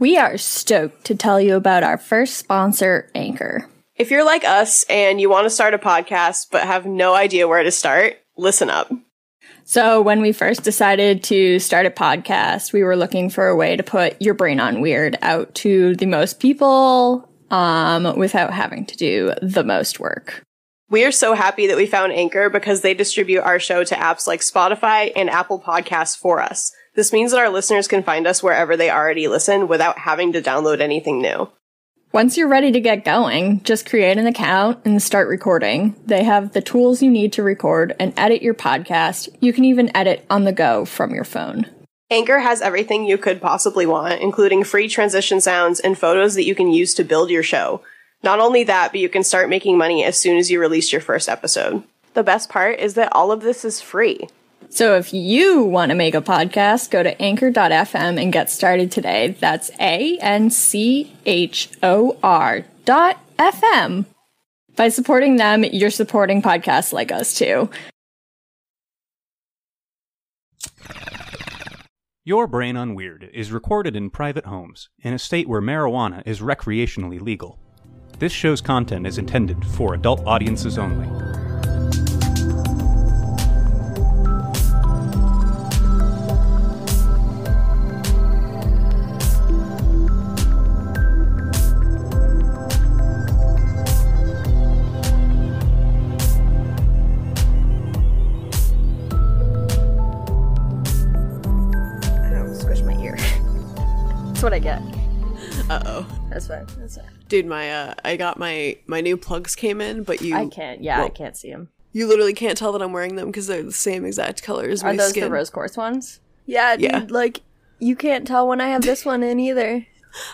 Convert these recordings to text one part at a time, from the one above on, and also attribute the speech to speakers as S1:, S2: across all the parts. S1: We are stoked to tell you about our first sponsor, Anchor.
S2: If you're like us and you want to start a podcast but have no idea where to start, listen up.
S1: So, when we first decided to start a podcast, we were looking for a way to put your brain on weird out to the most people um, without having to do the most work.
S2: We are so happy that we found Anchor because they distribute our show to apps like Spotify and Apple Podcasts for us. This means that our listeners can find us wherever they already listen without having to download anything new.
S1: Once you're ready to get going, just create an account and start recording. They have the tools you need to record and edit your podcast. You can even edit on the go from your phone.
S2: Anchor has everything you could possibly want, including free transition sounds and photos that you can use to build your show. Not only that, but you can start making money as soon as you release your first episode. The best part is that all of this is free.
S1: So if you want to make a podcast, go to anchor.fm and get started today. That's A N C H O R dot FM. By supporting them, you're supporting podcasts like us too.
S3: Your Brain on Weird is recorded in private homes in a state where marijuana is recreationally legal. This show's content is intended for adult audiences only.
S2: I don't squish my ear.
S1: That's what I get.
S4: Uh oh,
S1: That's what. That's what
S4: dude, my uh, I got my my new plugs came in, but you
S1: I can't. Yeah, I
S4: well,
S1: can't see them.
S4: You literally can't tell that I'm wearing them because they're the same exact color as
S1: Are
S4: my
S1: those
S4: skin.
S1: the rose quartz ones? Yeah,
S4: Yeah.
S1: dude. Like you can't tell when I have this one in either.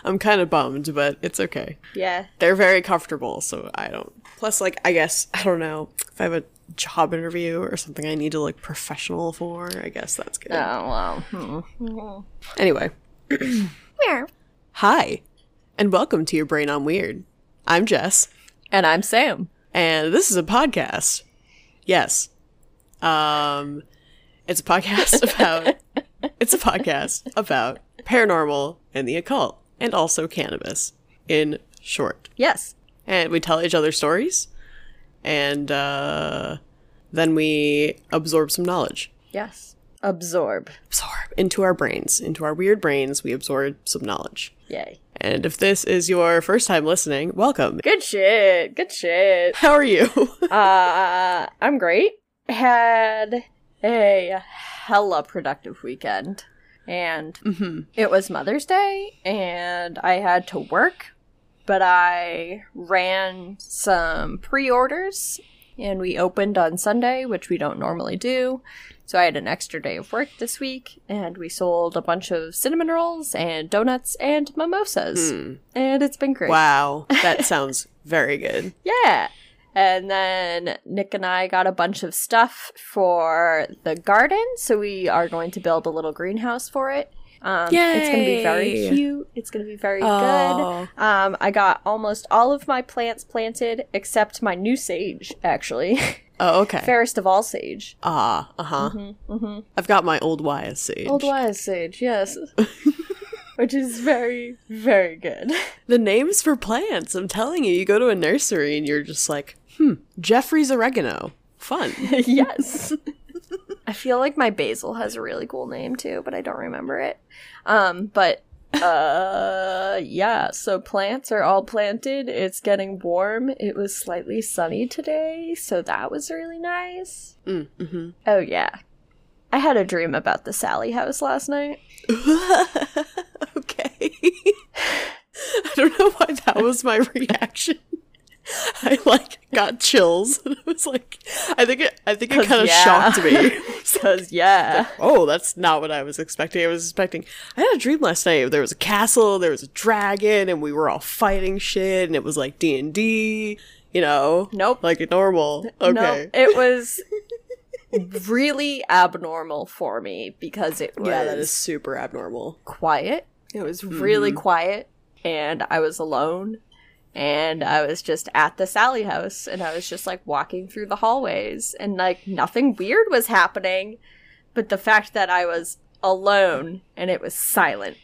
S4: I'm kind of bummed, but it's okay.
S1: Yeah.
S4: They're very comfortable, so I don't. Plus, like I guess I don't know if I have a job interview or something I need to look professional for. I guess that's good.
S1: Oh wow.
S4: Anyway, hi, and welcome to your brain on weird. I'm Jess.
S1: And I'm Sam.
S4: and this is a podcast. Yes. Um it's a podcast about it's a podcast about paranormal and the occult and also cannabis in short.
S1: Yes.
S4: And we tell each other stories and uh then we absorb some knowledge.
S1: Yes. Absorb.
S4: Absorb into our brains, into our weird brains, we absorb some knowledge.
S1: Yay.
S4: And if this is your first time listening, welcome.
S1: Good shit. Good shit.
S4: How are you?
S1: Uh, I'm great. Had a hella productive weekend. And it was Mother's Day, and I had to work, but I ran some pre orders, and we opened on Sunday, which we don't normally do. So I had an extra day of work this week, and we sold a bunch of cinnamon rolls and donuts and mimosas. And it's been great.
S4: wow, that sounds very good.
S1: Yeah. And then Nick and I got a bunch of stuff for the garden, so we are going to build a little greenhouse for it. Um, It's going to be very
S4: Yay.
S1: cute. It's going to be very
S4: Oh.
S1: good. Um, I got almost all of my plants planted except my new sage, actually,
S4: Oh, okay.
S1: fairest of all sage,
S4: Ah, uh huh. I've got my old wise sage.
S1: Mm-hmm, old wise sage, yes, which is very very good.
S4: the names for plants. I'm telling you, you go to a nursery and you're just like, hmm, Jeffrey's oregano. Fun.
S1: yes. I feel like my basil has a really cool name too, but I don't remember it. Um, but uh yeah, so plants are all planted. It's getting warm. It was slightly sunny today, so that was really nice.
S4: mm-hmm.
S1: Oh yeah. I had a dream about the Sally house last night.
S4: okay. I don't know why that was my reaction. I like got chills. It was like, I think it, I think it
S1: 'Cause
S4: kind of
S1: yeah.
S4: shocked me.
S1: Cuz yeah.
S4: oh, that's not what I was expecting. I was expecting. I had a dream last night. There was a castle, there was a dragon, and we were all fighting shit, and it was like D and D. You know,
S1: Nope.
S4: like normal. Okay,
S1: No, it was really abnormal for me because it was
S4: yeah, that is super abnormal.
S1: quiet. It was mm-hmm. really quiet, and I was alone. And I was just at the Sally house, and I was just like walking through the hallways, and like nothing weird was happening. But the fact that I was alone and it was silent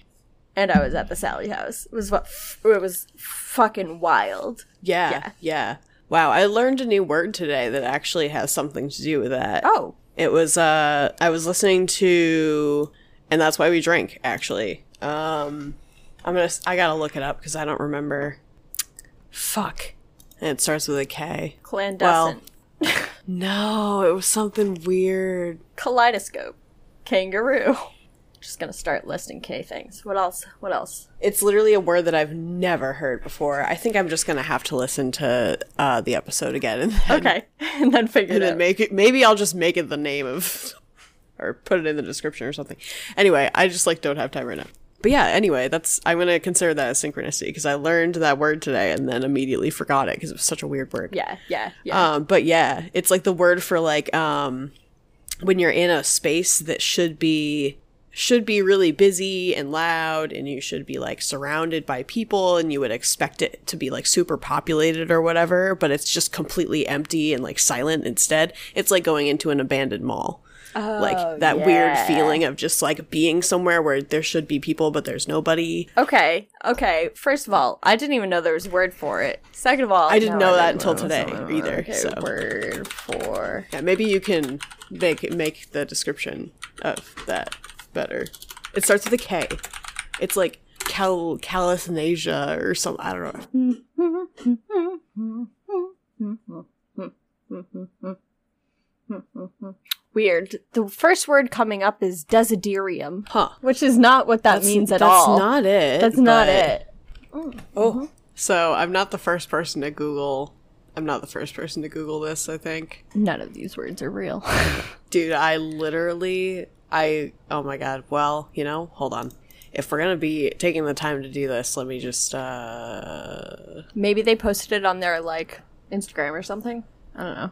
S5: and I was at the Sally House. It was what it was fucking wild.
S4: Yeah,
S5: Yeah.
S4: yeah. Wow, I learned a new word today that actually has something to do with that.
S5: Oh,
S4: It was uh I was listening to and that's why we drink actually. Um I'm going to I got to look it up cuz I don't remember. Fuck. And it starts with a K.
S5: clandestine
S4: No, it was something weird.
S5: kaleidoscope, kangaroo. Just gonna start listing K things. What else? What else?
S4: It's literally a word that I've never heard before. I think I'm just going to have to listen to uh the episode again and then,
S5: Okay, and then figure
S4: and
S5: it
S4: then
S5: out.
S4: make it maybe I'll just make it the name of or put it in the description or something. Anyway, I just like don't have time right now. But yeah, anyway, that's I'm gonna consider that a synchronicity because I learned that word today and then immediately forgot it because it was such a weird word.
S5: yeah, yeah, yeah.
S4: Um, but yeah, it's like the word for like um, when you're in a space that should be should be really busy and loud, and you should be like surrounded by people, and you would expect it to be like super populated or whatever, but it's just completely empty and like silent instead. It's like going into an abandoned mall. like that weird
S5: Oh, yeah.
S4: feeling of just like being somewhere where there should be people but there's nobody.
S5: okay, okay. First of all, I didn't even know there was a word for it. Second of all,
S4: I didn't
S5: no,
S4: know that
S5: didn't
S4: until today
S5: know.
S4: either,
S5: Okay,
S4: so.
S5: word for
S4: Yeah, maybe you can make make the description of that better. It starts with a K. It's like cal calithanasia or some I don't know.
S5: Hmm, weird. The first word coming up is desiderium,
S4: Huh.
S5: which is not what that means at
S4: that's
S5: all.
S4: not it.
S5: That's not
S4: but-
S5: it.
S4: Oh. So I'm not the first person to Google I'm not the first person to Google this, I think.
S5: None of these words are real.
S4: Dude, I literally I oh my god. Well, you know, hold on. If we're gonna be taking the time to do this, let me just uh
S5: Maybe they posted it on their like Instagram or something. I don't know.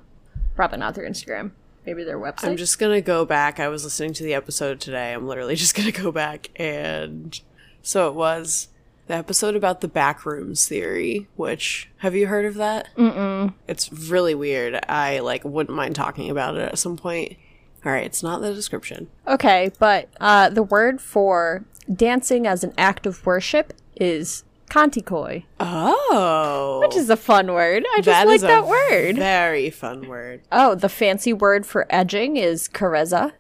S5: Probably not their Instagram. Maybe their website.
S4: I'm just gonna go back. I was listening to the episode today. I'm literally just gonna go back and so it was the episode about the backrooms theory. Which have you heard of that? Mm-mm. It's really weird. I like wouldn't mind talking about it at some point. All right, it's not the description.
S5: Okay, but uh, the word for dancing as an act of worship is kantikoi,
S4: Oh,
S5: which is a fun word. I just like
S4: is a
S5: that word.
S4: Very fun word.
S5: oh, the fancy word for edging is kareza.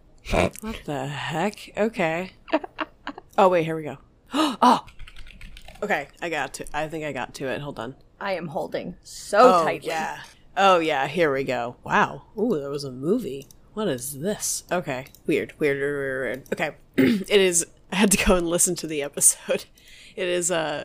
S4: What the heck? Okay. oh wait, here we go. oh, okay. I got to. I think I got to it. Hold on.
S5: I am holding so
S4: Oh
S5: tightly.
S4: yeah. Oh yeah. Here we go. Wow. Ooh, there was a movie. What is this? Okay. Weird. Weird. Weird. weird, weird. Okay. it is. I had to go and listen to the episode. It is a uh,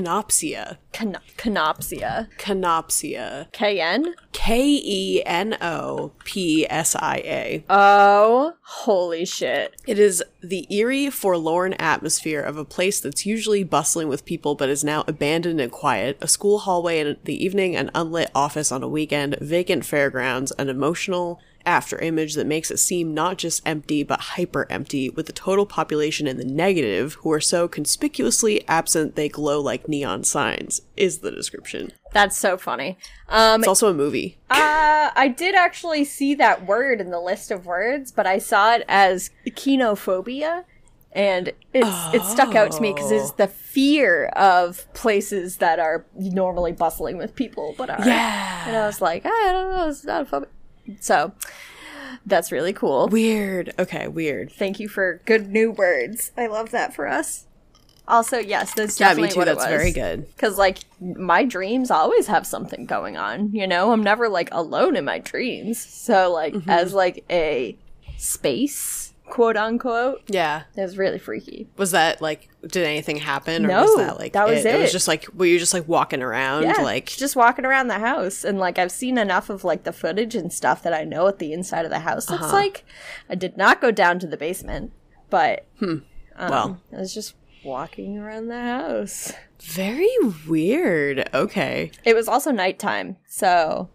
S4: canopsia.
S5: Can- canopsia.
S4: Canopsia.
S5: KN?
S4: K e n o p s i a.
S5: Oh, holy shit.
S4: It is the eerie, forlorn atmosphere of a place that's usually bustling with people but is now abandoned and quiet, a school hallway in the evening, an unlit office on a weekend, vacant fairgrounds, an emotional after image that makes it seem not just empty but hyper empty, with the total population in the negative who are so conspicuously absent they glow like neon signs, is the description.
S5: That's so funny. Um,
S4: It's also a movie.
S5: Uh, I did actually see that word in the list of words, but I saw it as kinophobia, and it's it stuck out to me because it's
S4: Oh.
S5: the fear of places that are normally bustling with people, but are
S4: Yeah.
S5: And I was like, "Ah, I don't know, it's not a phobia. So that's really cool.
S4: Weird. Okay, weird.
S5: Thank you for good new words. I love that for us. Also, yes, that's
S4: Yeah,
S5: definitely
S4: me too.
S5: what it
S4: That's
S5: was.
S4: very good.
S5: Because, like, my dreams always have something going on, you know? I'm never, like, alone in my dreams. So, like,
S4: Mm-hmm.
S5: as, like, a space, quote unquote,
S4: Yeah.
S5: it was really freaky.
S4: Was that like did anything happen or
S5: No,
S4: was that like
S5: that was
S4: it? was
S5: it.
S4: just like were you just like walking around
S5: Yeah,
S4: like
S5: just walking around the house. And, like, I've seen enough of, like, the footage and stuff that I know what the inside of the house
S4: Uh-huh.
S5: looks like. I did not go down to the basement, but
S4: well
S5: I was just walking around the house.
S4: very weird. Okay.
S5: It was also nighttime, so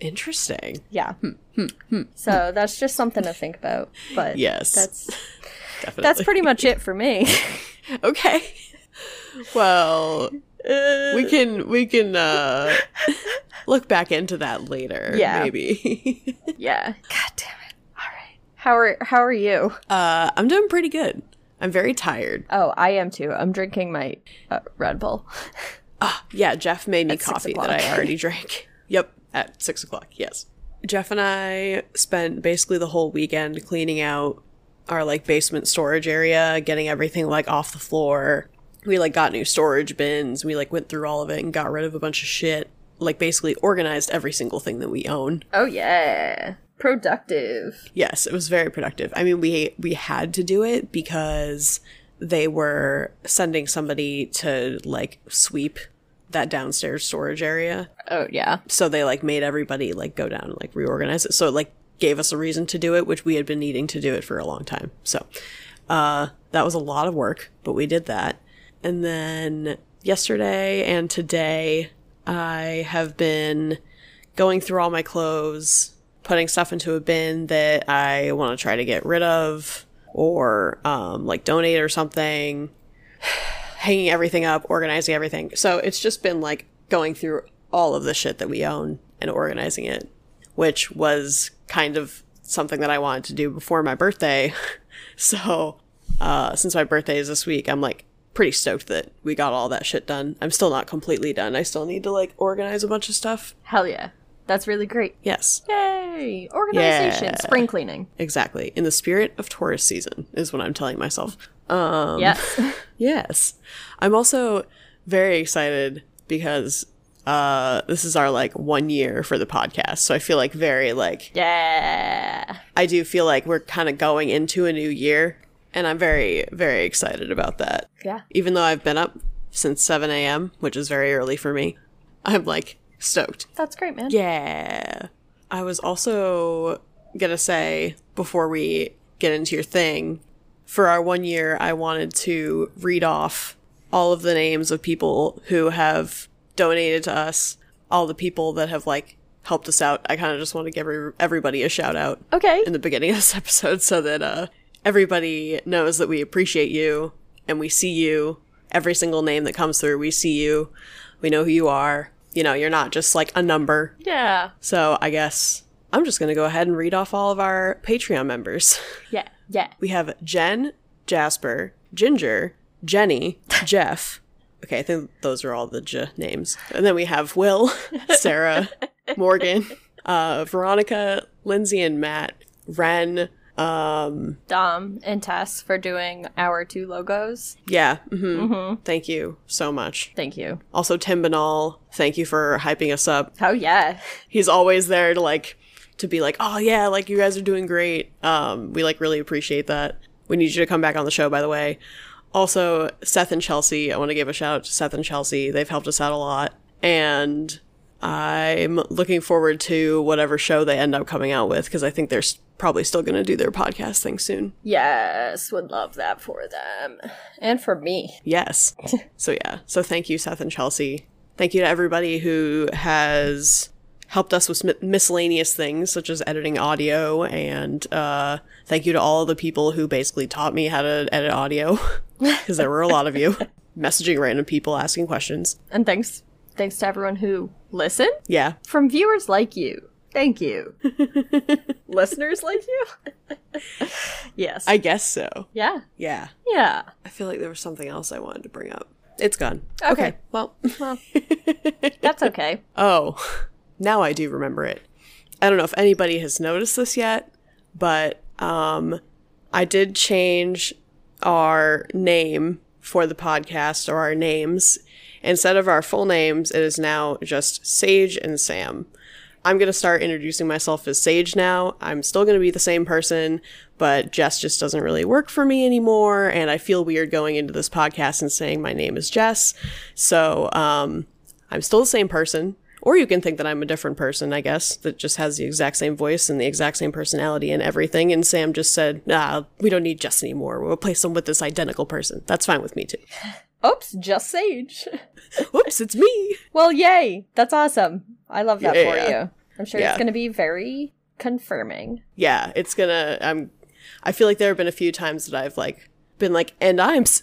S4: Interesting.
S5: yeah.
S4: hmm,
S5: so that's just something to think about. But
S4: Yes.
S5: that's
S4: Definitely.
S5: that's pretty much it for me.
S4: okay. Well, we can we can uh look back into that later
S5: Yeah.
S4: maybe.
S5: yeah. God damn it. All right. How are how are you?
S4: uh I'm doing pretty good. I'm very tired.
S5: Oh, I am too. I'm drinking my uh, Red Bull.
S4: Yeah, Jeff made me
S5: At six
S4: coffee that
S5: o'clock.
S4: I already drank. Yep, at six o'clock, yes. Jeff and I spent basically the whole weekend cleaning out our like basement storage area, getting everything like off the floor. We like got new storage bins. We like went through all of it and got rid of a bunch of shit. Like basically organized every single thing that we own.
S5: Oh yeah, productive.
S4: Yes, it was very productive. I mean, we we had to do it because they were sending somebody to like sweep that downstairs storage area.
S5: Oh yeah.
S4: So they like made everybody like go down and like reorganize it. So it like gave us a reason to do it, which we had been needing to do it for a long time. So uh that was a lot of work, but we did that. And then yesterday and today I have been going through all my clothes, putting stuff into a bin that I want to try to get rid of or um, like donate or something, hanging everything up, organizing everything. So it's just been like going through all of the shit that we own and organizing it, which was kind of something that I wanted to do before my birthday. so uh, since my birthday is this week, I'm like, pretty stoked that we got all that shit done. I'm still not completely done. I still need to like organize a bunch of stuff.
S5: Hell yeah. That's really great.
S4: Yes.
S5: Yay! Organization,
S4: Yeah.
S5: spring cleaning.
S4: Exactly. In the spirit of Taurus season is what I'm telling myself.
S5: yes.
S4: Yes. I'm also very excited because uh this is our like 1 year for the podcast. So I feel like very like
S5: yeah.
S4: I do feel like we're kind of going into a new year and I'm very very excited about that.
S5: Yeah.
S4: Even though I've been up since 7 a.m., which is very early for me. I'm like stoked.
S5: That's great, man.
S4: Yeah. I was also going to say before we get into your thing, for our one year, I wanted to read off all of the names of people who have donated to us, all the people that have like helped us out. I kind of just want to give every- everybody a shout out
S5: Okay.
S4: in the beginning of this episode so that uh, everybody knows that we appreciate you and we see you. Every single name that comes through, we see you. We know who you are. You know, you're not just like a number.
S5: yeah.
S4: So I guess I'm just going to go ahead and read off all of our Patreon members.
S5: Yeah. Yeah.
S4: We have Jen, Jasper, Ginger, Jenny, Jeff. Okay, I think those are all the J names. And then we have Will, Sarah, Morgan, uh, Veronica, Lindsay, and Matt, Ren. Um,
S5: Dom and Tess for doing our two logos.
S4: yeah, hmm thank you so much.
S5: Thank you.
S4: Also, Tim Banal, thank you for hyping us up.
S5: Oh yeah.
S4: He's always there to like to be like, oh yeah, like you guys are doing great. Um, we like really appreciate that. We need you to come back on the show, by the way. Also, Seth and Chelsea, I want to give a shout out to Seth and Chelsea. They've helped us out a lot. And I'm looking forward to whatever show they end up coming out with because I think they're s- probably still going to do their podcast thing soon.
S5: Yes, would love that for them. And for me.
S4: Yes. so yeah. So thank you, Seth and Chelsea. Thank you to everybody who has helped us with mi- miscellaneous things such as editing audio, and uh, thank you to all of the people who basically taught me how to edit audio because there were a lot of you messaging random people asking questions.
S5: And thanks thanks to everyone who listened.
S4: Yeah.
S5: From viewers like you. Thank you. Listeners like you? yes.
S4: I guess so.
S5: yeah.
S4: Yeah.
S5: Yeah.
S4: I feel like there was something else I wanted to bring up. It's gone.
S5: Okay.
S4: Well,
S5: That's okay.
S4: Oh, now I do remember it. I don't know if anybody has noticed this yet, but um, I did change our name for the podcast or our names. Instead of our full names, it is now just Sage and Sam. I'm going to start introducing myself as Sage now. I'm still going to be the same person, but Jess just doesn't really work for me anymore. And I feel weird going into this podcast and saying my name is Jess. So um, I'm still the same person. Or you can think that I'm a different person, I guess, that just has the exact same voice and the exact same personality and everything. And Sam just said, nah, we don't need Jess anymore. We'll replace him with this identical person. That's fine with me too.
S5: Oops, just Sage.
S4: Whoops, it's me.
S5: Well, yay. That's awesome. I love that
S4: Yeah.
S5: for you. I'm sure
S4: Yeah.
S5: it's going to be very confirming.
S4: yeah, it's gonna. I'm. I feel like there have been a few times that I've like been like, and I'm, s-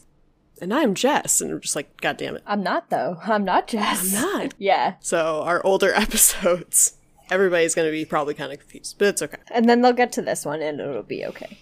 S4: and I'm Jess, and I'm just like, God damn it,
S5: I'm not, though. I'm not Jess.
S4: I'm not.
S5: Yeah.
S4: So our older episodes everybody's going to be probably kind of confused, but it's okay.
S5: And then they'll get to this one and it'll be okay.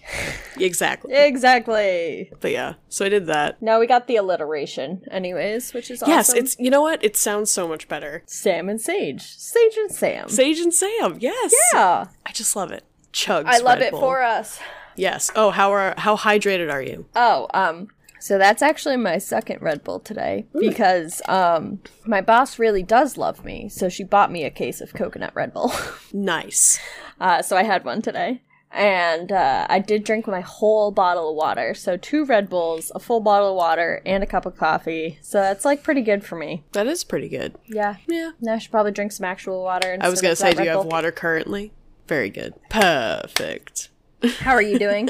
S4: Exactly.
S5: Eh. Exactly.
S4: But yeah, so I did that.
S5: Now we got the alliteration, anyways, which is awesome.
S4: Yes, it's, you know what? It sounds so much better.
S5: Sam and Sage. Sage and Sam.
S4: Sage and Sam, yes.
S5: yeah.
S4: I just love it. Chugs.
S5: I love
S4: Red
S5: it
S4: Bull.
S5: for uh, us.
S4: Yes. Oh, how are how hydrated are you?
S5: Oh, um, so that's actually my second Red Bull today because um my boss really does love me, so she bought me a case of coconut Red Bull.
S4: Nice.
S5: uh, so I had one today. And uh, I did drink my whole bottle of water. So, two Red Bulls, a full bottle of water, and a cup of coffee. So, that's like pretty good for me.
S4: That is pretty good.
S5: Yeah.
S4: Yeah.
S5: Now, I should probably drink some actual water.
S4: I was
S5: instead
S4: gonna
S5: of
S4: say,
S5: that
S4: do you
S5: Red
S4: have
S5: Bull.
S4: water currently? Very good. Perfect.
S5: How are you doing?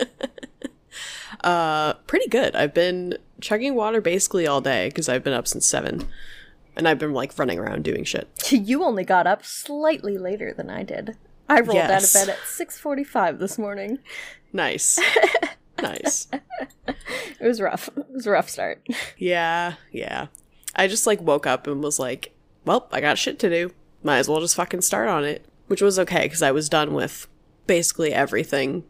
S4: Uh, pretty good. I've been chugging water basically all day because I've been up since seven, and I've been like running around doing shit.
S5: you only got up slightly later than I did. I rolled
S4: Yes.
S5: out of bed at 6:45 this morning.
S4: Nice. nice.
S5: It was rough. It was a rough start.
S4: Yeah. Yeah. I just like woke up and was like, well, I got shit to do. Might as well just fucking start on it, which was okay because I was done with basically everything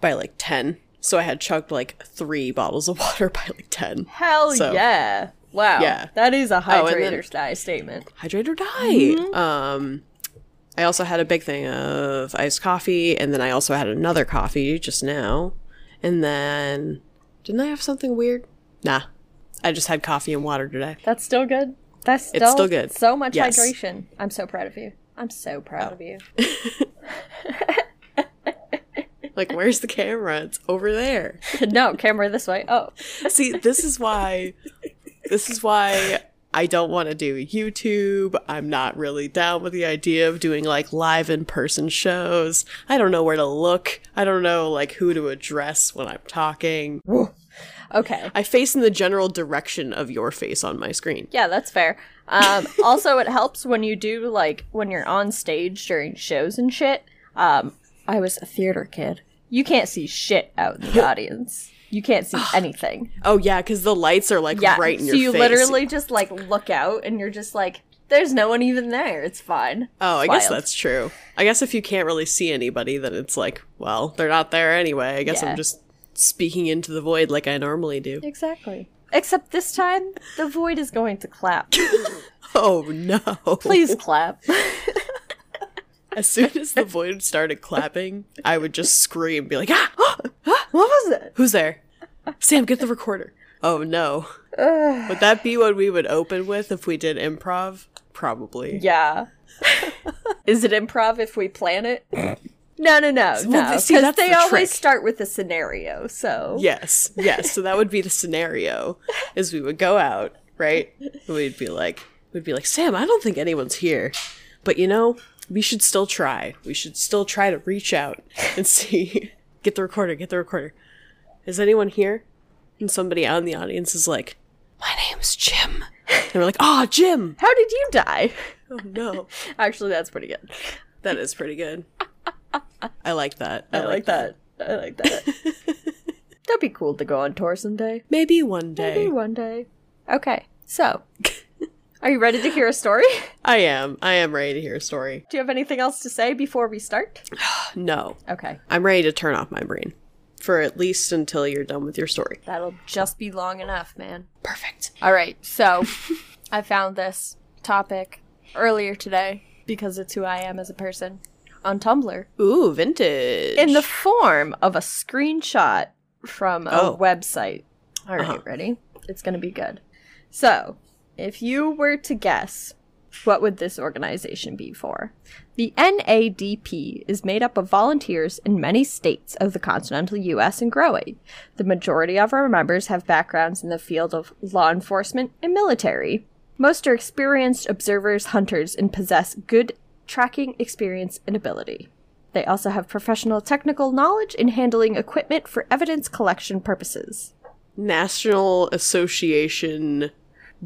S4: by like ten. So I had chugged like three bottles of water by like ten.
S5: Hell
S4: So-
S5: yeah. Wow.
S4: Yeah.
S5: That is a
S4: Oh, and then-
S5: hydrator's die statement.
S4: hydrate or die. Um, I also had a big thing of iced coffee, and then I also had another coffee just now, and then didn't I have something weird? Nah, I just had coffee and water today.
S5: That's still good. That's still,
S4: still good.
S5: So much
S4: Yes. Oh.
S5: hydration. I'm so proud of you. I'm so proud of you.
S4: Like, where's the camera? It's over there.
S5: no, camera this way. Oh.
S4: See, this is why. This is why. I don't want to do YouTube. I'm not really down with the idea of doing like live in person shows. I don't know where to look. I don't know like who to address when I'm talking.
S5: Okay.
S4: I face in the general direction of your face on my screen.
S5: Yeah, that's fair. Um, also, it helps when you do like when you're on stage during shows and shit. Um, I was a theater kid. You can't see shit out in the audience. You can't see anything.
S4: Oh yeah, because the lights are like
S5: Yeah,
S4: right in
S5: so
S4: your
S5: you
S4: face.
S5: literally just like look out, and you're just like, "There's no one even there. It's fine."
S4: Oh, I guess
S5: Wild.
S4: that's true. I guess if you can't really see anybody, then it's like, well, they're not there anyway. I guess
S5: Yeah.
S4: I'm just speaking into the void like I normally do.
S5: Exactly. Except this time, the void is going to clap.
S4: Oh no!
S5: Please clap.
S4: As soon as the void started clapping, I would just scream, be like, ah, ah, ah,
S5: What was it?
S4: who's there? Sam, get the recorder. Oh no! would that be what we would open with if we did improv? Probably.
S5: Yeah. is it improv if we plan it? No, no, no, no.
S4: th-
S5: Because
S4: see, that's
S5: they
S4: the
S5: always
S4: trick.
S5: start with a scenario. So
S4: Yes, yes. So that would be the scenario: is we would go out, right? And We'd be like, we'd be like, Sam, I don't think anyone's here, but you know, we should still try. We should still try to reach out and see. Get the recorder. Get the recorder. Is anyone here? And somebody out in the audience is like, My name's Jim. And we're like, Oh, Jim.
S5: how did you die?
S4: Oh no,
S5: Actually, that's pretty good.
S4: that is pretty good. I like that.
S5: I, like that. I like that. That'd be cool to go on tour someday.
S4: Maybe one day.
S5: Maybe one day. Okay, so are you ready to hear a story?
S4: I am. I am ready to hear a story.
S5: Do you have anything else to say before we start?
S4: No.
S5: Okay,
S4: I'm ready to turn off my brain for at least until you're done with your story.
S5: that'll just be long enough, man.
S4: Perfect.
S5: All right, so I found this topic earlier today because it's who I am as a person on Tumblr
S4: Ooh, vintage.
S5: in the form of a screenshot from a
S4: Oh.
S5: website. All right, ready? It's going to be good. So, if you were to guess, what would this organization be for? The NADP is made up of volunteers in many states of the continental US and growing. The majority of our members have backgrounds in the field of law enforcement and military. Most are experienced observers, hunters, and possess good tracking experience and ability. They also have professional technical knowledge in handling equipment for evidence collection purposes.
S4: National Association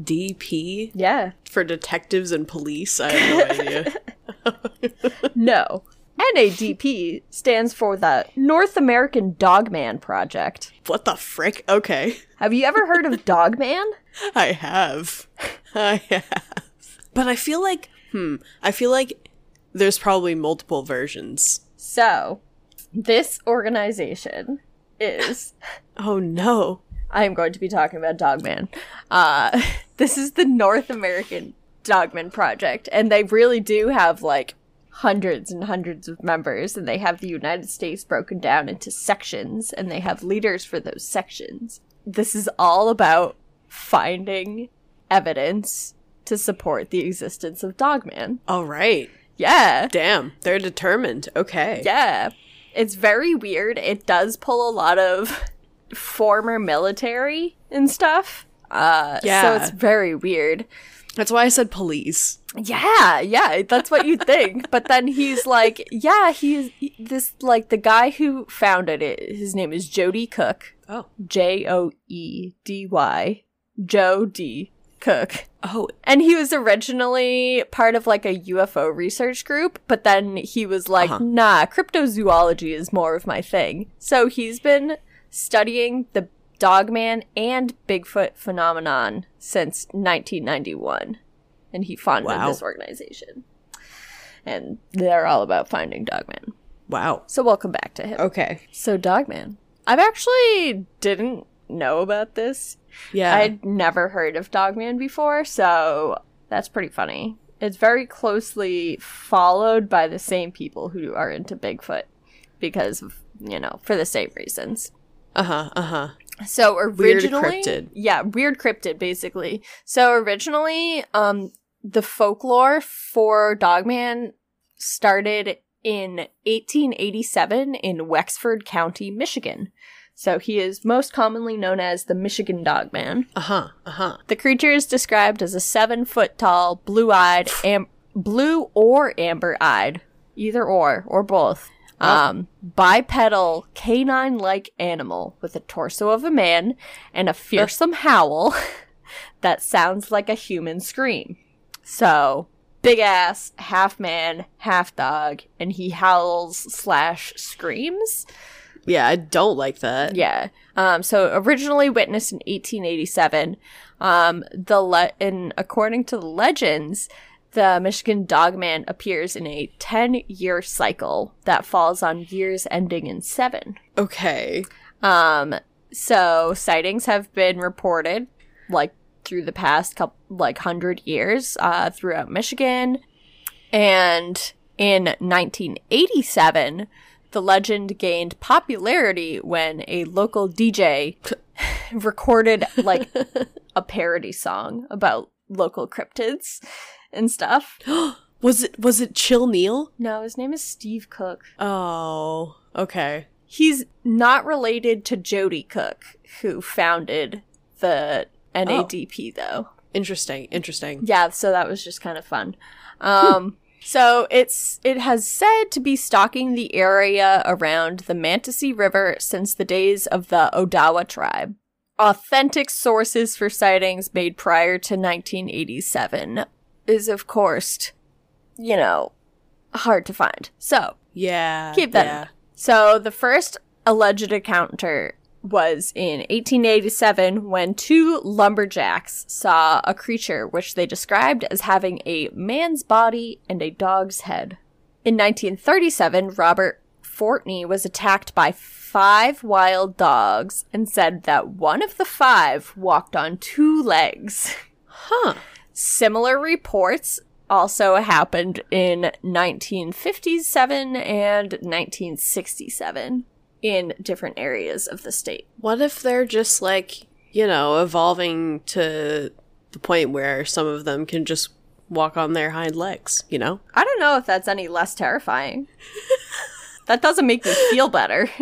S4: DP
S5: Yeah.
S4: for detectives and police. I have no idea.
S5: No. NADP stands for the North American Dogman Project.
S4: what the frick? Okay.
S5: Have you ever heard of Dogman?
S4: I have. I have. But I feel like, hmm, I feel like There's probably multiple versions.
S5: So, this organization is.
S4: Oh no.
S5: I am going to be talking about Dogman. Uh, this is the North American Dogman Project, and they really do have like hundreds and hundreds of members, and they have the United States broken down into sections, and they have leaders for those sections. This is all about finding evidence to support the existence of Dogman.
S4: All right.
S5: Yeah.
S4: Damn. They're determined. Okay.
S5: Yeah. It's very weird. It does pull a lot of former military and stuff. Uh,
S4: Yeah.
S5: So it's very weird.
S4: That's why I said police.
S5: Yeah, yeah, that's what you think. but then he's like, yeah, he's this, like, the guy who founded it, his name is Jody Cook.
S4: Oh.
S5: J O E D Y. Joe D. Cook.
S4: Oh.
S5: And he was originally part of like a UFO research group, but then he was like,
S4: Uh-huh.
S5: nah, cryptozoology is more of my thing. So he's been studying the Dogman and Bigfoot phenomenon since 1991. And he founded
S4: Wow.
S5: this organization. And they're all about finding Dogman.
S4: Wow.
S5: So welcome back to him.
S4: Okay.
S5: So, Dogman. I've actually didn't know about this
S4: Yeah.
S5: I'd never heard of Dogman before, so that's pretty funny. It's very closely followed by the same people who are into Bigfoot because of, you know, for the same reasons.
S4: Uh huh. Uh huh.
S5: So
S4: Weird
S5: originally
S4: cryptid.
S5: Yeah, weird cryptid basically. So originally um the folklore for Dogman started in 1887 in Wexford County, Michigan. So he is most commonly known as the Michigan Dogman.
S4: Uh huh. Uh huh.
S5: The creature is described as a seven foot tall, blue eyed, am- blue or amber eyed, either or, or both, um, bipedal, canine like animal with a torso of a man and a fearsome howl that sounds like a human scream. So, big ass, half man, half dog, and he howls slash screams.
S4: Yeah, I don't like that.
S5: Yeah. Um, so originally witnessed in 1887, um, the le- and according to the legends, the Michigan Dogman appears in a 10-year cycle that falls on years ending in seven.
S4: Okay.
S5: Um, so sightings have been reported, like through the past couple, like hundred years, uh, throughout Michigan, and in 1987, the legend gained popularity when a local DJ recorded like a parody song about local cryptids and stuff.
S4: Was it was it Chill Neil?
S5: No, his name is Steve Cook.
S4: Oh. Okay.
S5: He's not related to Jody Cook, who founded the NADP, though.
S4: Interesting. Interesting.
S5: Yeah, so that was just kind of fun. Um, so it's it has said to be stalking the area around the Mantasee River since the days of the Odawa tribe. Authentic sources for sightings made prior to 1987 is, of course, you know, hard to find. So
S4: Yeah.
S5: Keep that in
S4: yeah.
S5: mind. So the first alleged encounter was in 1887 when two lumberjacks saw a creature which they described as having a man's body and a dog's head. In 1937, Robert Fortney was attacked by five wild dogs and said that one of the five walked on two legs.
S4: Huh.
S5: Similar reports also happened in 1957 and 1967 in different areas of the state.
S4: What if they're just like, you know, evolving to the point where some of them can just walk on their hind legs, you know?
S5: I don't know if that's any less terrifying. that doesn't make me feel better.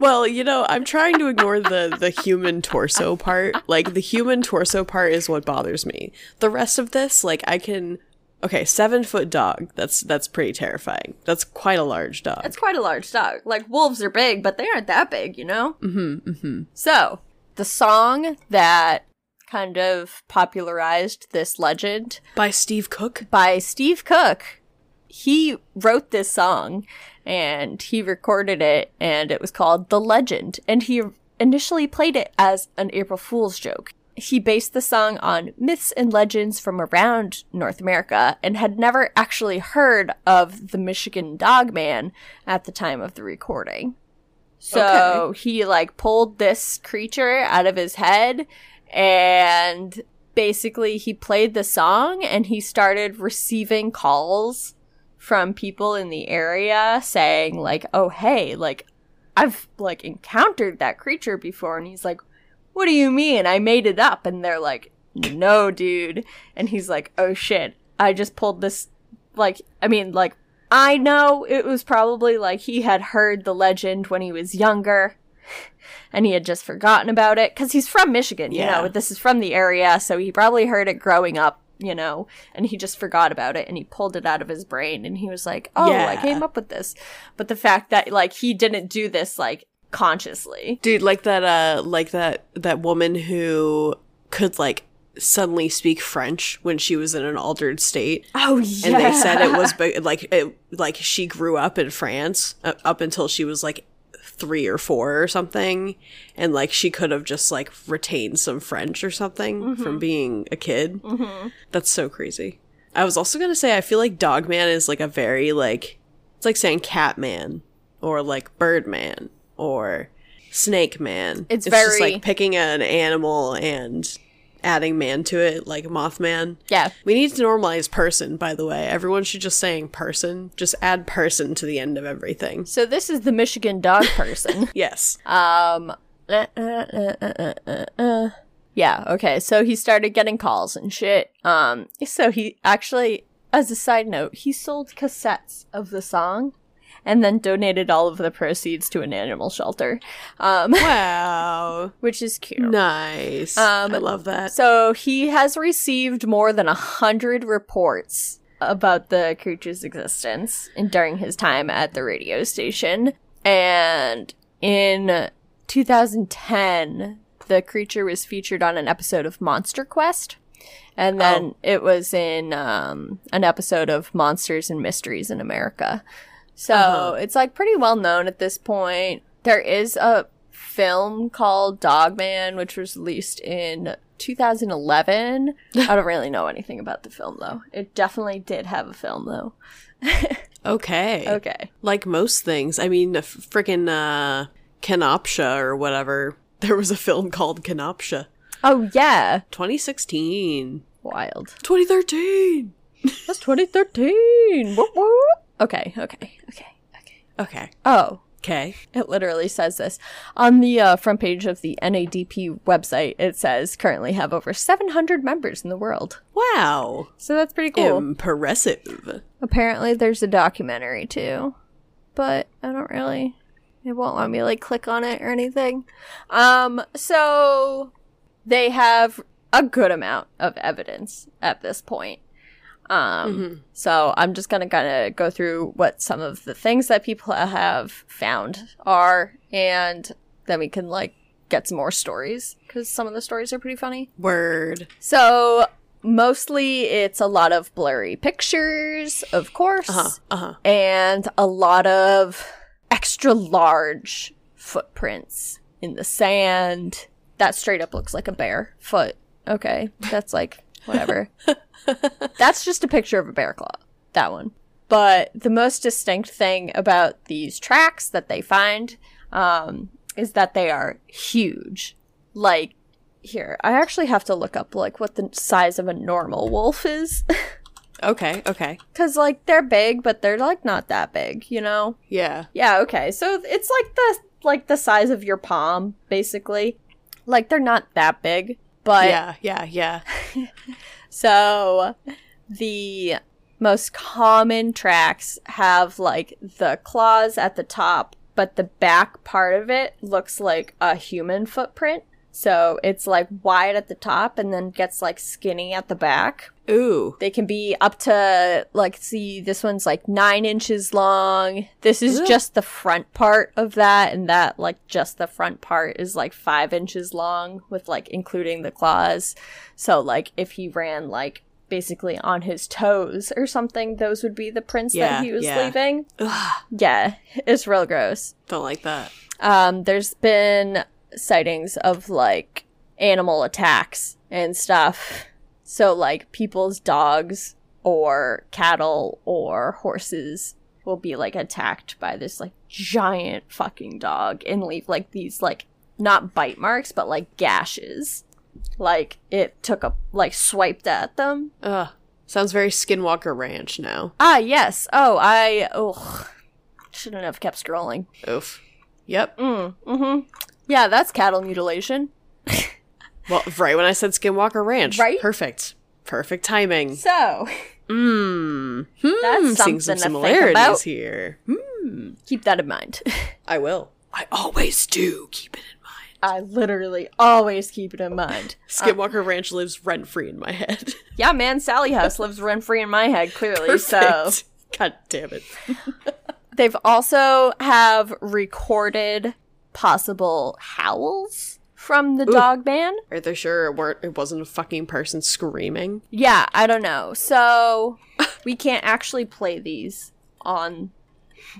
S4: Well, you know, I'm trying to ignore the the human torso part. Like the human torso part is what bothers me. The rest of this, like I can Okay, 7-foot dog. That's that's pretty terrifying. That's quite a large dog.
S5: It's quite a large dog. Like wolves are big, but they aren't that big, you know? Mm-hmm. mm-hmm. So the song that kind of popularized this legend
S4: By Steve Cook?
S5: by Steve Cook. He wrote this song and he recorded it and it was called The Legend and he initially played it as an April Fool's joke. he based the song on myths and legends from around North America and had never actually heard of the Michigan Dogman at the time of the recording. So he like pulled this creature out of his head and basically he played the song and he started receiving calls from people in the area saying like, "Oh hey, like I've like encountered that creature before." And he's like, what do you mean? I made it up. And they're like, no, dude. And he's like, oh shit, I just pulled this. Like, I mean, like, I know it was probably like he had heard the legend when he was younger and he had just forgotten about it because he's from Michigan, you
S4: Yeah.
S5: know, this is from the area. So he probably heard it growing up, you know, and he just forgot about it and he pulled it out of his brain and he was like, oh, I
S4: Yeah.
S5: came up with this. But the fact that like he didn't do this like consciously.
S4: Dude, like that uh like that that woman who could like suddenly speak French when she was in an altered state.
S5: Oh, yeah.
S4: and they said it was be- like it, like she grew up in France uh, up until she was like three or four or something, and like she could have just like retained some French or something
S5: Mm-hmm.
S4: from being a kid. That's so crazy. I was also gonna say I feel like Dog Man is like a very like it's like saying Cat Man or like Bird Man or Snake Man.
S5: It's
S4: just
S5: very-
S4: like picking an animal and adding man to it like Mothman.
S5: Yeah.
S4: We need to normalize person, by the way. Everyone should just saying person. Just add person to the end of everything.
S5: So this is the Michigan dog person.
S4: Yes.
S5: um uh, uh, uh, uh, uh, uh. Yeah, okay. So he started getting calls and shit. Um so he actually as a side note, he sold cassettes of the song and then donated all of the proceeds to an animal shelter. Um
S4: Wow.
S5: which is cute.
S4: Nice.
S5: Um,
S4: I love that.
S5: So he has received more than a hundred reports about the creature's existence during his time at the radio station. And in 2010, the creature was featured on an episode of Monster Quest. And then it was in um, an episode of Monsters and Mysteries in America. So it's like pretty well known at this point. There is a film called Dogman, which was released in 2011. I don't really know anything about the film though. It definitely did have a film though.
S4: Okay.
S5: Okay.
S4: Like most things. I mean, freaking uh, Canopsha or whatever. There was a film called Canopsha.
S5: Oh yeah,
S4: 2016.
S5: wild.
S4: 2013.
S5: That's 2013. Whoop, whoop. Okay, okay, okay, okay.
S4: Okay.
S5: Oh,
S4: Okay.
S5: It literally says this. On the uh, front page of the NADP website, it says currently have over 700 members in the world.
S4: Wow.
S5: So that's pretty cool.
S4: Impressive.
S5: Apparently, there's a documentary too, but I don't really. It won't let me like click on it or anything. Um, so they have a good amount of evidence at this point. Um, so I'm just gonna kind of go through what some of the things that people have found are, and then we can like get some more stories because some of the stories are pretty funny.
S4: Word.
S5: So mostly it's a lot of blurry pictures, of course,
S4: Uh huh. Uh huh.
S5: and a lot of extra large footprints in the sand. That straight up looks like a bear foot. Okay, that's like whatever. that's just a picture of a bear claw. That one. But the most distinct thing about these tracks that they find um, is that they are huge. Like here, I actually have to look up like what the size of a normal wolf is.
S4: Okay. Okay.
S5: Cause like they're big, but they're like not that big, you know?
S4: Yeah.
S5: Yeah, okay. So it's like the like the size of your palm, basically. Like they're not that big, but
S4: yeah. Yeah. Yeah.
S5: so the most common tracks have like the claws at the top, but the back part of it looks like a human footprint. So it's like wide at the top and then gets like skinny at the back.
S4: Ooh.
S5: They can be up to like see this one's like nine inches long. This is
S4: Ugh.
S5: just the front part of that, and that like just the front part is like five inches long with like including the claws. So like if he ran like basically on his toes or something, those would be the prints
S4: Yeah,
S5: that he was
S4: yeah.
S5: leaving.
S4: Ugh,
S5: Yeah, it's real gross.
S4: don't like that.
S5: Um, there's been sightings of like animal attacks and stuff. So, like, people's dogs or cattle or horses will be, like, attacked by this, like, giant fucking dog and leave, like, these, like, not bite marks, but, like, gashes. Like, it took a, like, swiped at them.
S4: Ugh. Sounds very Skinwalker Ranch now.
S5: Ah, yes. Oh, I, oh, shouldn't have kept scrolling.
S4: Oof. Yep.
S5: Mm, mm-hmm. Yeah, that's cattle mutilation.
S4: Well, right when I said Skinwalker Ranch.
S5: Right?
S4: Perfect. Perfect timing.
S5: So,
S4: Mmm.
S5: That's
S4: Hmm. Seeing
S5: something to
S4: some
S5: think
S4: similarities
S5: about.
S4: here. Hmm.
S5: keep that in mind.
S4: I will. I always do keep it
S5: Uh.
S4: in mind.
S5: I literally always keep it in mind.
S4: Skinwalker Ranch lives rent free in my head.
S5: Yeah, man, Sally House lives rent free in my head, clearly. So
S4: Perfect. God damn it.
S5: they've also have recorded possible howls from the dog man.
S4: Are they sure it weren't? It wasn't a fucking person screaming.
S5: Yeah, I don't know. So we can't actually play these on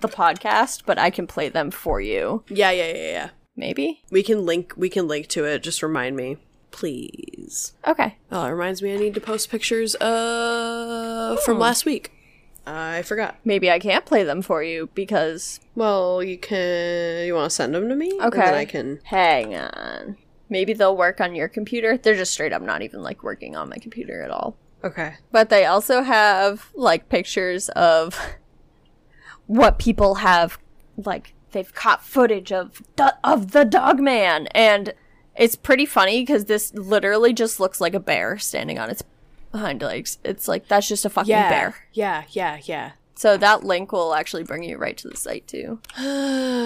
S5: the podcast, but I can play them for you.
S4: Yeah, yeah, yeah, yeah.
S5: Maybe?
S4: We can link. We can link to it. Just remind me, please.
S5: Okay.
S4: Oh, it reminds me. I need to post pictures uh from last week. I forgot.
S5: Maybe I can't play them for you because
S4: Well, you can. You want to send them to me?
S5: Okay.
S4: And then I can.
S5: Hang on. Maybe they'll work on your computer. They're just straight up not even like working on my computer at all.
S4: Okay.
S5: But they also have like pictures of what people have like they've caught footage of the, of the dog man and it's pretty funny cuz this literally just looks like a bear standing on its hind legs. It's like that's just a fucking bear.
S4: Yeah. Yeah. Yeah.
S5: So that link will actually bring you right to the site too.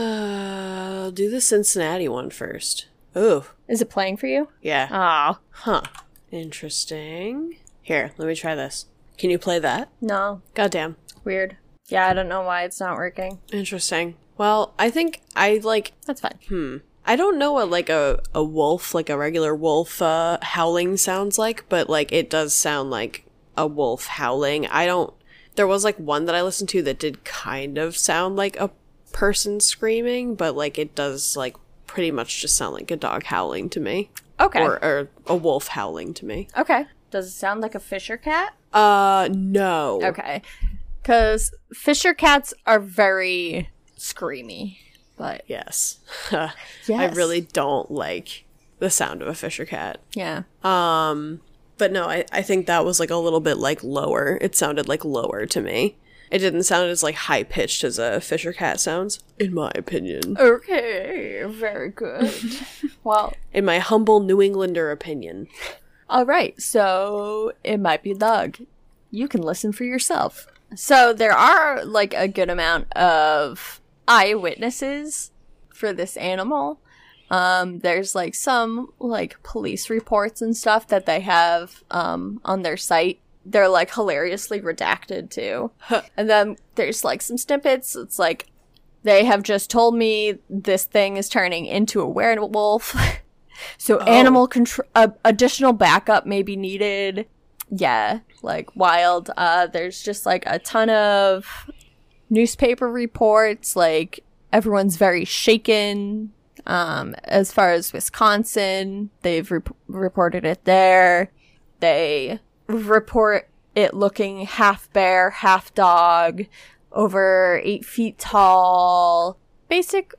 S4: I'll do the Cincinnati one first. Ooh.
S5: Is it playing for you?
S4: Yeah.
S5: Oh,
S4: Huh. Interesting. Here, let me try this. Can you play that?
S5: no.
S4: Goddamn.
S5: Weird. Yeah, I don't know why it's not working.
S4: Interesting. Well, I think I like
S5: That's fine.
S4: I don't know what like a, a wolf, like a regular wolf uh, howling sounds like, but like it does sound like a wolf howling. I don't there was like one that I listened to that did kind of sound like a person screaming, but like it does like pretty much just sound like a dog howling to me.
S5: Okay.
S4: Or, or a wolf howling to me.
S5: okay. Does it sound like a fisher cat?
S4: Uh no.
S5: Okay. Because fisher cats are very screamy. But
S4: Yes. I really don't like the sound of a fisher cat.
S5: yeah.
S4: But no, I, I think that was like a little bit like lower. It sounded like lower to me. It didn't sound as like high pitched as a fisher cat sounds, in my opinion.
S5: Okay. Very good. well,
S4: In my humble New Englander opinion.
S5: all right. So it might be dog. You can listen for yourself. So there are like a good amount of eyewitnesses for this animal. Um, there's like some like police reports and stuff that they have um, on their site. They're like hilariously redacted too. and then there's like some snippets. It's like they have just told me this thing is turning into a werewolf. so animal control, uh, additional backup may be needed. Yeah, like wild. Uh, there's just like a ton of newspaper reports like everyone's very shaken um, as far as wisconsin they've rep- reported it there they report it looking half bear half dog over eight feet tall basic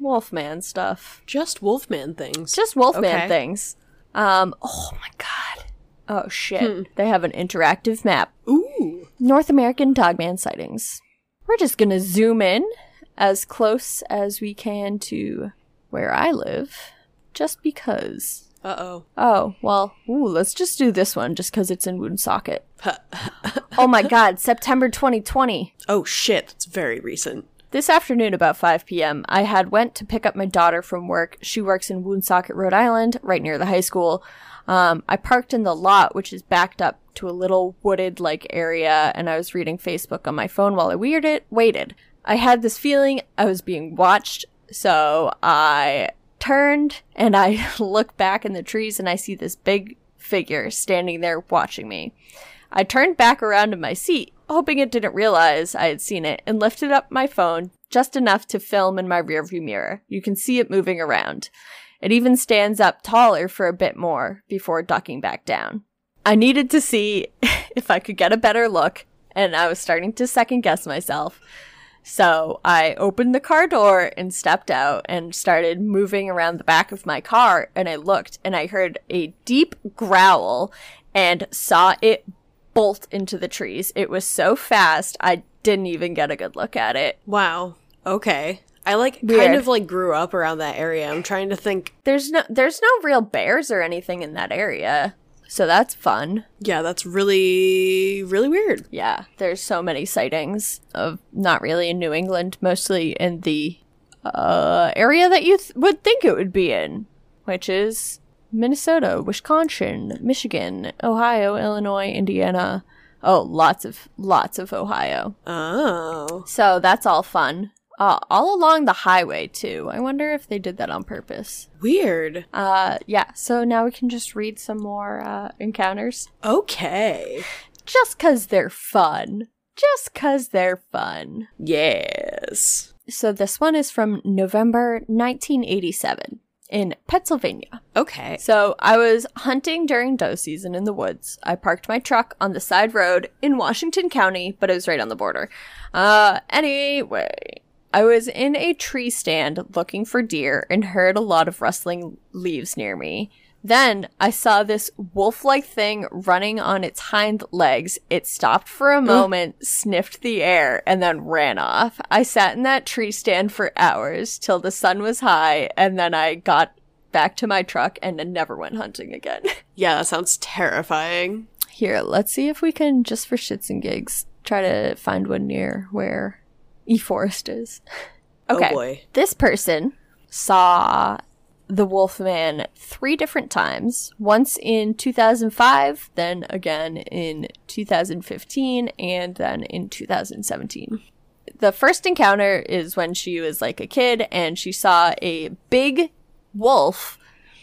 S5: wolfman stuff
S4: Just Wolfman things.
S5: just wolfman
S4: Okay.
S5: things um, oh my god oh shit they have an interactive map
S4: Hmm. Ooh.
S5: North American Dogman sightings. We're just going to zoom in as close as we can to where I live, just because.
S4: Uh oh.
S5: Oh, well, ooh, let's just do this one just because it's in Woonsocket. oh my god, September 2020.
S4: Oh shit, it's very recent.
S5: This afternoon, about 5 p.m., I had went to pick up my daughter from work. She works in Woonsocket, Rhode Island, right near the high school. Um, I parked in the lot, which is backed up to a little wooded like area, and I was reading Facebook on my phone while I weird it waited. I had this feeling I was being watched, so I turned and I look back in the trees and I see this big figure standing there watching me. I turned back around in my seat, hoping it didn't realize I had seen it, and lifted up my phone just enough to film in my rearview mirror. You can see it moving around. It even stands up taller for a bit more before ducking back down. I needed to see if I could get a better look, and I was starting to second guess myself. So I opened the car door and stepped out and started moving around the back of my car. And I looked and I heard a deep growl and saw it bolt into the trees. It was so fast, I didn't even get a good look at it.
S4: Wow. Okay. I like
S5: Weird.
S4: kind of like grew up around that area. I'm trying to think.
S5: There's no there's no real bears or anything in that area. So that's fun.
S4: Yeah, that's really really weird.
S5: Yeah, there's so many sightings of not really in New England, mostly in the uh, area that you th- would think it would be in, which is Minnesota, Wisconsin, Michigan, Ohio, Illinois, Indiana. Oh, lots of lots of Ohio.
S4: Oh.
S5: So that's all fun. Uh, all along the highway too. I wonder if they did that on purpose.
S4: Weird.
S5: Uh, yeah. So now we can just read some more uh, encounters,
S4: Okay.
S5: just cause they're fun. Just cause they're fun.
S4: Yes.
S5: So this one is from November 1987 in Pennsylvania.
S4: Okay.
S5: So I was hunting during doe season in the woods. I parked my truck on the side road in Washington County, but it was right on the border. Uh, anyway, I was in a tree stand looking for deer and heard a lot of rustling leaves near me. Then I saw this wolf like thing running on its hind legs. It stopped for a moment, sniffed the air, and then ran off. I sat in that tree stand for hours till the sun was high, and then I got back to my truck and then never went hunting again.
S4: Yeah, that sounds terrifying.
S5: Here, let's see if we can, just for shits and gigs, try to find one near where E Forest is. Okay.
S4: Oh boy.
S5: This person saw the Wolfman three different times once in 2005, then again in 2015, and then in 2017. The first encounter is when she was like a kid and she saw a big wolf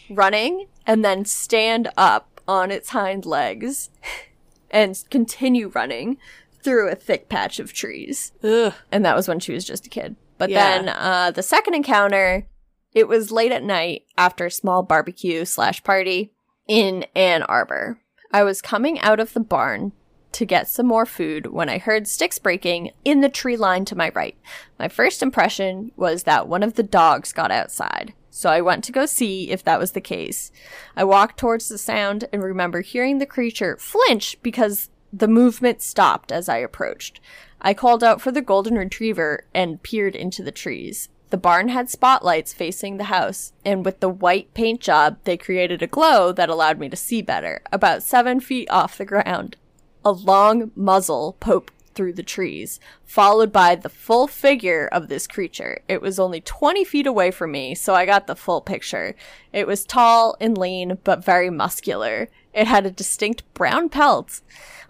S5: running and then stand up on its hind legs and continue running through a thick patch of trees
S4: Ugh.
S5: and that was when she was just a kid. But
S4: Yeah.
S5: then uh, the second encounter, it was late at night after a small barbecue slash party in Ann Arbor. I was coming out of the barn to get some more food when I heard sticks breaking in the tree line to my right. My first impression was that one of the dogs got outside. So I went to go see if that was the case. I walked towards the sound and remember hearing the creature flinch because the movement stopped as I approached. I called out for the golden retriever and peered into the trees. The barn had spotlights facing the house, and with the white paint job, they created a glow that allowed me to see better, about seven feet off the ground. A long muzzle poked through the trees, followed by the full figure of this creature. It was only 20 feet away from me, so I got the full picture. It was tall and lean, but very muscular. It had a distinct brown pelt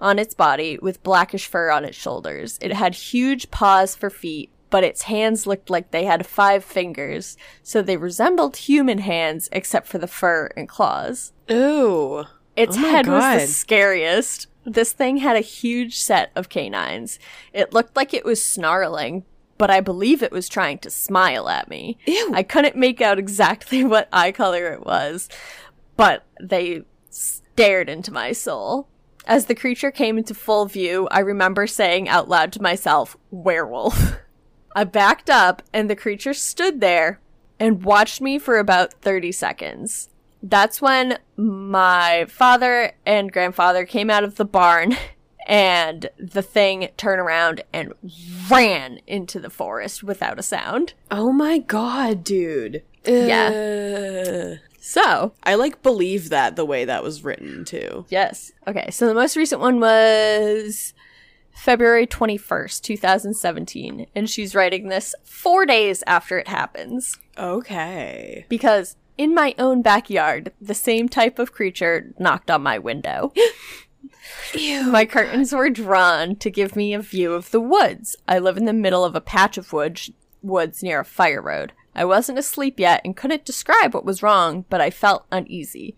S5: on its body with blackish fur on its shoulders. It had huge paws for feet, but its hands looked like they had five fingers, so they resembled human hands except for the fur and claws.
S4: Ooh.
S5: Its
S4: Oh my
S5: head was the
S4: God.
S5: scariest. This thing had a huge set of canines. It looked like it was snarling, but I believe it was trying to smile at me.
S4: Ew.
S5: I couldn't make out exactly what eye color it was, but they stared into my soul. As the creature came into full view, I remember saying out loud to myself, werewolf. I backed up, and the creature stood there and watched me for about 30 seconds. That's when my father and grandfather came out of the barn, and the thing turned around and ran into the forest without a sound.
S4: Oh my god, dude. Yeah.
S5: So,
S4: I like believe that the way that was written too.
S5: Yes. Okay. So the most recent one was February 21st, 2017. And she's writing this four days after it happens.
S4: Okay.
S5: Because in my own backyard, the same type of creature knocked on my window.
S4: Ew.
S5: My curtains were drawn to give me a view of the woods. I live in the middle of a patch of woods, woods near a fire road. I wasn't asleep yet and couldn't describe what was wrong, but I felt uneasy.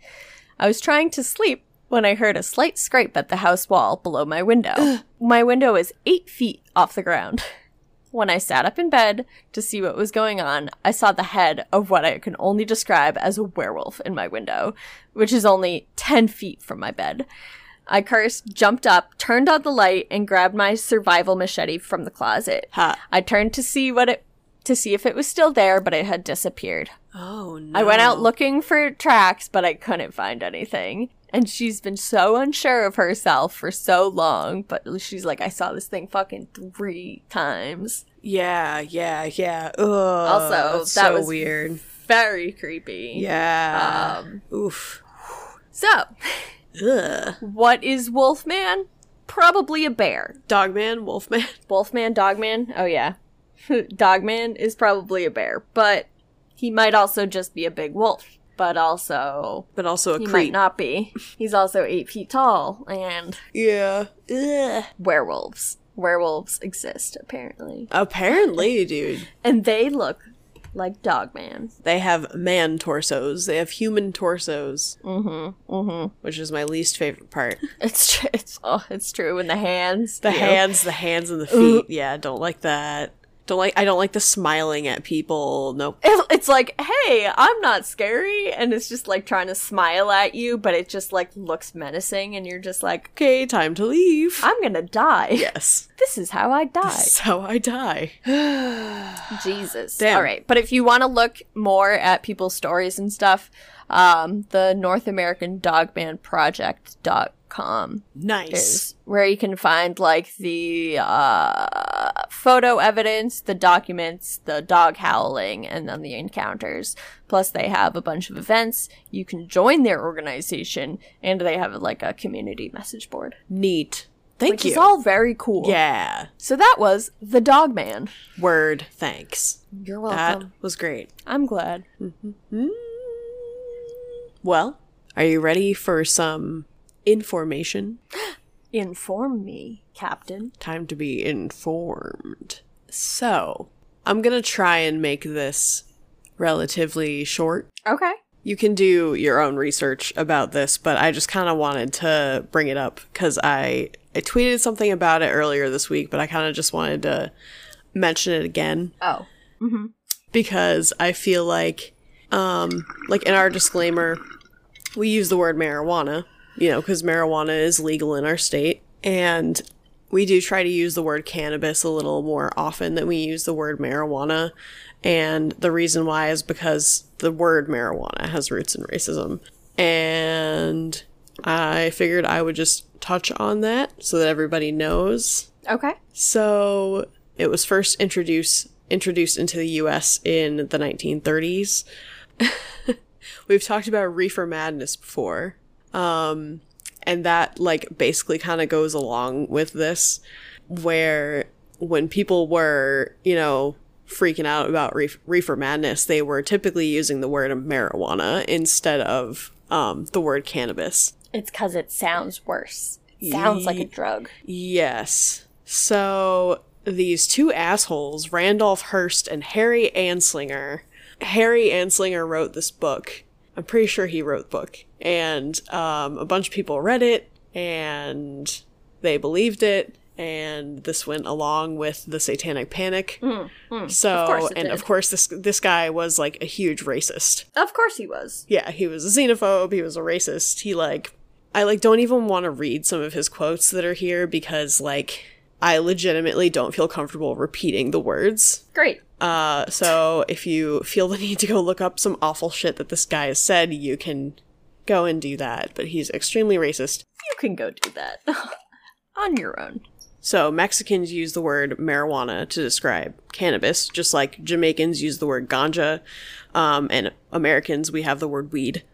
S5: I was trying to sleep when I heard a slight scrape at the house wall below my window. my window is eight feet off the ground. when I sat up in bed to see what was going on, I saw the head of what I can only describe as a werewolf in my window, which is only 10 feet from my bed. I cursed, jumped up, turned on the light, and grabbed my survival machete from the closet.
S4: Ha.
S5: I turned to see what it to see if it was still there, but it had disappeared.
S4: Oh no.
S5: I went out looking for tracks, but I couldn't find anything. And she's been so unsure of herself for so long, but she's like, I saw this thing fucking three times.
S4: Yeah, yeah, yeah. Ugh,
S5: Also,
S4: that's
S5: that
S4: so
S5: was-
S4: weird.
S5: Very creepy.
S4: Yeah.
S5: Um,
S4: Oof.
S5: so,
S4: Ugh.
S5: what is Wolfman? Probably a bear.
S4: Dogman, Wolfman.
S5: Wolfman, Dogman? Oh, yeah. Dogman is probably a bear, but he might also just be a big wolf, but also
S4: but also a
S5: he might
S4: creep.
S5: not be. He's also eight feet tall and
S4: Yeah. Ugh.
S5: werewolves. Werewolves exist, apparently.
S4: Apparently, dude,
S5: And they look like Dogman.
S4: they have man torsos. They have human torsos,
S5: Mm-hmm. Mm-hmm.
S4: which is my least favorite part.
S5: It's true. It's, oh, it's true. In the hands.
S4: The
S5: too.
S4: hands, the hands, and the feet. Yeah, don't like that. Don't like. I don't like the smiling at people. Nope.
S5: It- It's like, hey, I'm not scary. And it's just like trying to smile at you, but it just like looks menacing. And you're just like,
S4: Okay, time to leave.
S5: I'm going to die.
S4: yes.
S5: This is how I die.
S4: That's how I die.
S5: Jesus.
S4: Damn.
S5: All right. But if you want to look more at people's stories and stuff, um, the North American Dogman Project.com
S4: Nice.
S5: is where you can find like the uh, photo evidence, the documents, the dog howling, and then the encounters. Plus, they have a bunch of events. You can join their organization, and they have like a community message board,
S4: Neat. Thank
S5: which
S4: you.
S5: is all very cool.
S4: yeah.
S5: So that was the Dogman.
S4: Word. Thanks.
S5: You're
S4: That
S5: welcome.
S4: was great.
S5: I'm glad.
S4: Well, are you ready for some information?
S5: Inform me, Captain.
S4: Time to be informed. So, I'm going to try and make this relatively short.
S5: Okay.
S4: You can do your own research about this, but I just kind of wanted to bring it up because I, I tweeted something about it earlier this week, but I kind of just wanted to mention it again
S5: Oh.
S4: because I feel like, um, like in our disclaimer, we use the word marijuana, you know, because marijuana is legal in our state, and we do try to use the word cannabis a little more often than we use the word marijuana. And the reason why is because the word marijuana has roots in racism. And I figured I would just touch on that so that everybody knows
S5: Okay.
S4: so it was first introduced introduced into the U.S. in the 1930s. We've talked about reefer madness before, um, and that like basically kind of goes along with this, where when people were you know freaking out about reef- reefer madness, they were typically using the word marijuana instead of um, the word cannabis.
S5: It's because it sounds worse. It sounds like a drug.
S4: Yes. So these two assholes, Randolph Hearst and Harry Anslinger. Harry Anslinger wrote this book. I'm pretty sure he wrote the book. And um, a bunch of people read it and they believed it. And this went along with the Satanic Panic. so,
S5: Mm, course it
S4: and
S5: did.
S4: of course, this this guy was like a huge racist.
S5: Of course he was.
S4: Yeah, he was a xenophobe. He was a racist. He like, I like don't even want to read some of his quotes that are here because like I legitimately don't feel comfortable repeating the words.
S5: Great.
S4: Uh, so if you feel the need to go look up some awful shit that this guy has said, you can go and do that. But he's extremely racist.
S5: You can go do that on your own.
S4: So Mexicans use the word marijuana to describe cannabis, just like Jamaicans use the word ganja, um, and Americans we have the word weed.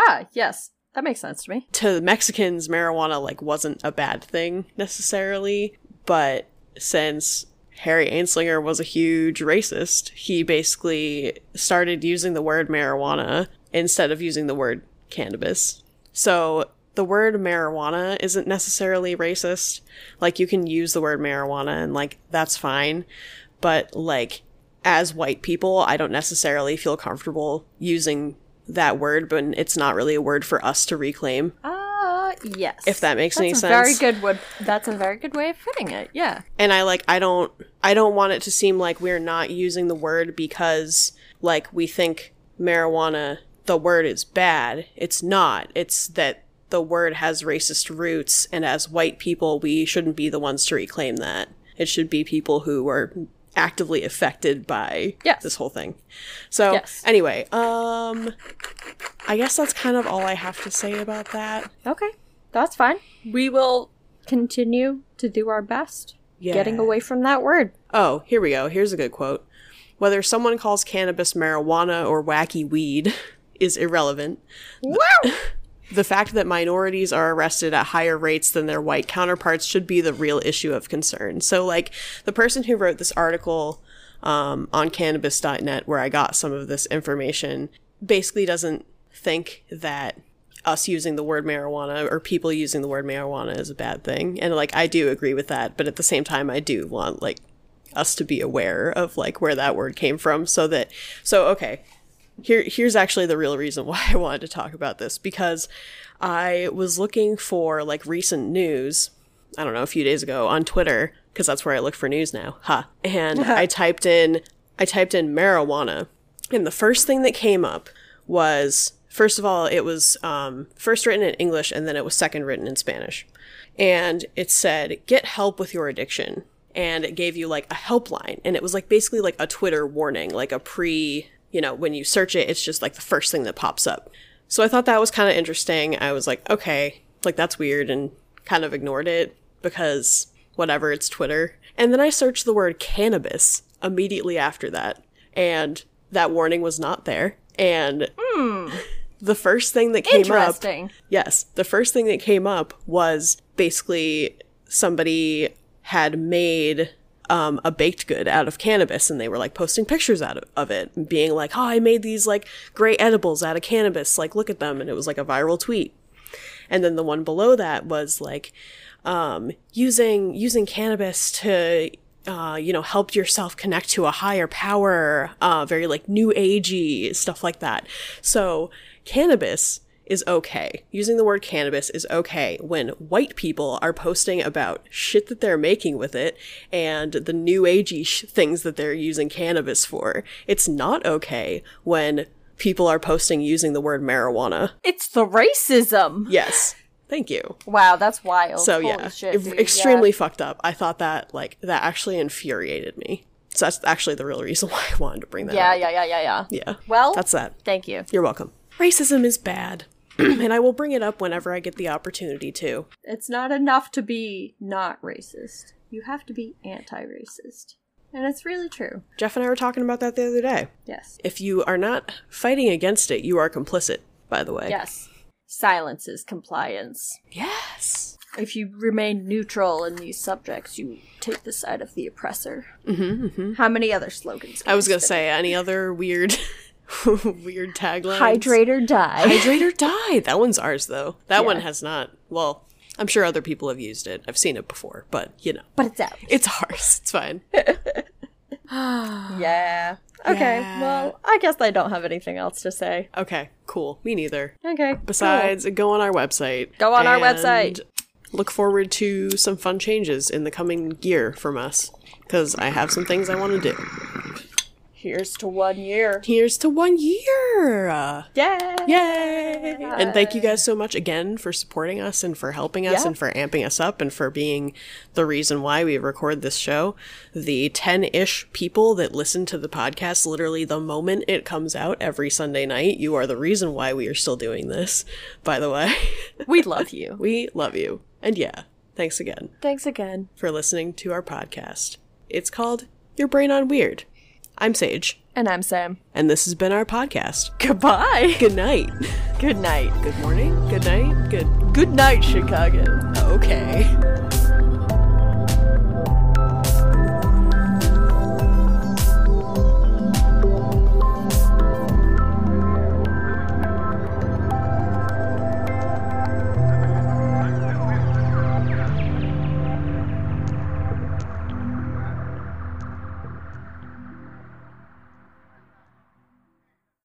S5: Ah, yes. That makes sense to me.
S4: to the Mexicans, marijuana like wasn't a bad thing necessarily, but since Harry Anslinger was a huge racist, he basically started using the word marijuana instead of using the word cannabis. So the word marijuana isn't necessarily racist. Like you can use the word marijuana and like that's fine, but like as white people, I don't necessarily feel comfortable using that word, but it's not really a word for us to reclaim.
S5: Uh, Yes.
S4: if that makes any
S5: That's a
S4: sense.
S5: Very good. Would that's a very good way of putting it. Yeah.
S4: and i like i don't i don't want it to seem like we're not using the word because like we think marijuana the word is bad it's not it's that the word has racist roots and as white people we shouldn't be the ones to reclaim that it should be people who are actively affected by
S5: Yes.
S4: this whole thing so
S5: Yes.
S4: anyway um i guess that's kind of all i have to say about that
S5: Okay. That's fine. We will continue to do our best getting
S4: Yeah.
S5: away from that word.
S4: Oh, here we go. Here's a good quote. Whether someone calls cannabis marijuana or wacky weed is irrelevant. The fact that minorities are arrested at higher rates than their white counterparts should be the real issue of concern. So, like, the person who wrote this article um, on cannabis.net, where I got some of this information, basically doesn't think that us using the word marijuana or people using the word marijuana is a bad thing. And, like, I do agree with that, but at the same time, I do want, like, us to be aware of like where that word came from so that so okay here here's actually the real reason why I wanted to talk about this because I was looking for like recent news I don't know a few days ago on Twitter because that's where I look for news now huh and I typed in I typed in marijuana and the first thing that came up was first of all it was um, first written in English and then it was second written in Spanish and it said get help with your addiction and it gave you like a helpline and it was like basically like a twitter warning like a pre you know when you search it it's just like the first thing that pops up so i thought that was kind of interesting i was like okay like that's weird and kind of ignored it because whatever it's twitter and then i searched the word cannabis immediately after that and that warning was not there and the first thing that came up
S5: Interesting.
S4: Yes. The first thing that came up was basically somebody had made um, a baked good out of cannabis and they were like posting pictures out of, of it and being like, oh, I made these like great edibles out of cannabis. Like, look at them. And it was like a viral tweet. And then the one below that was like, um, using using cannabis to uh, you know help yourself connect to a higher power uh, very like new agey stuff like that so cannabis is okay using the word cannabis is okay when white people are posting about shit that they're making with it and the new agey sh- things that they're using cannabis for it's not okay when people are posting using the word marijuana
S5: It's the racism.
S4: yes thank you
S5: Wow, that's wild.
S4: so
S5: Holy
S4: yeah,
S5: shit,
S4: ev-
S5: dude, yeah.
S4: extremely fucked up. I thought that like that actually infuriated me. So that's actually the real reason why I wanted to bring that.
S5: Yeah,
S4: up.
S5: yeah, yeah, yeah, yeah.
S4: yeah.
S5: Well-
S4: that's that.
S5: Thank you.
S4: You're welcome. Racism is bad, and I will bring it up whenever I get the opportunity to.
S5: It's not enough to be not racist. You have to be anti-racist, and it's really true.
S4: Jeff and I were talking about that the other day.
S5: Yes.
S4: If you are not fighting against it, you are complicit. By the way.
S5: Yes. Silence is compliance.
S4: Yes.
S5: If you remain neutral in these subjects, you take the side of the oppressor. Mm-hmm, How many other slogans? can
S4: I was gonna
S5: spit?
S4: say any other weird, weird taglines.
S5: hydrate or die.
S4: Hydrate or die. That one's ours though. That one
S5: Yeah.
S4: has not. Well, I'm sure other people have used it. I've seen it before, but you know,
S5: but it's out.
S4: it's ours. It's fine.
S5: Yeah. Okay.
S4: Yeah.
S5: Well, I guess I don't have anything else to say.
S4: Okay, cool. Me neither.
S5: Okay.
S4: Besides, go on our website.
S5: Go on our
S4: and
S5: website.
S4: Look forward to some fun changes in the coming year from us because I have some things I want to do.
S5: here's to one year.
S4: Here's to one year. Uh,
S5: Yeah.
S4: Yay! And thank you guys so much again for supporting us and for helping us
S5: Yeah.
S4: and for amping us up and for being the reason why we record this show. The 10 ish people that listen to the podcast literally the moment it comes out every Sunday night, you are the reason why we are still doing this, by the way.
S5: We love you.
S4: we love you. And yeah, thanks again
S5: Thanks again.
S4: for listening to our podcast. It's called Your Brain on Weird. I'm Sage,
S5: And I'm Sam.
S4: and this has been our podcast.
S5: Goodbye.
S4: Good night.
S5: Good night.
S4: Good morning. Good night. Good.
S5: Good night, Chicago.
S4: Okay.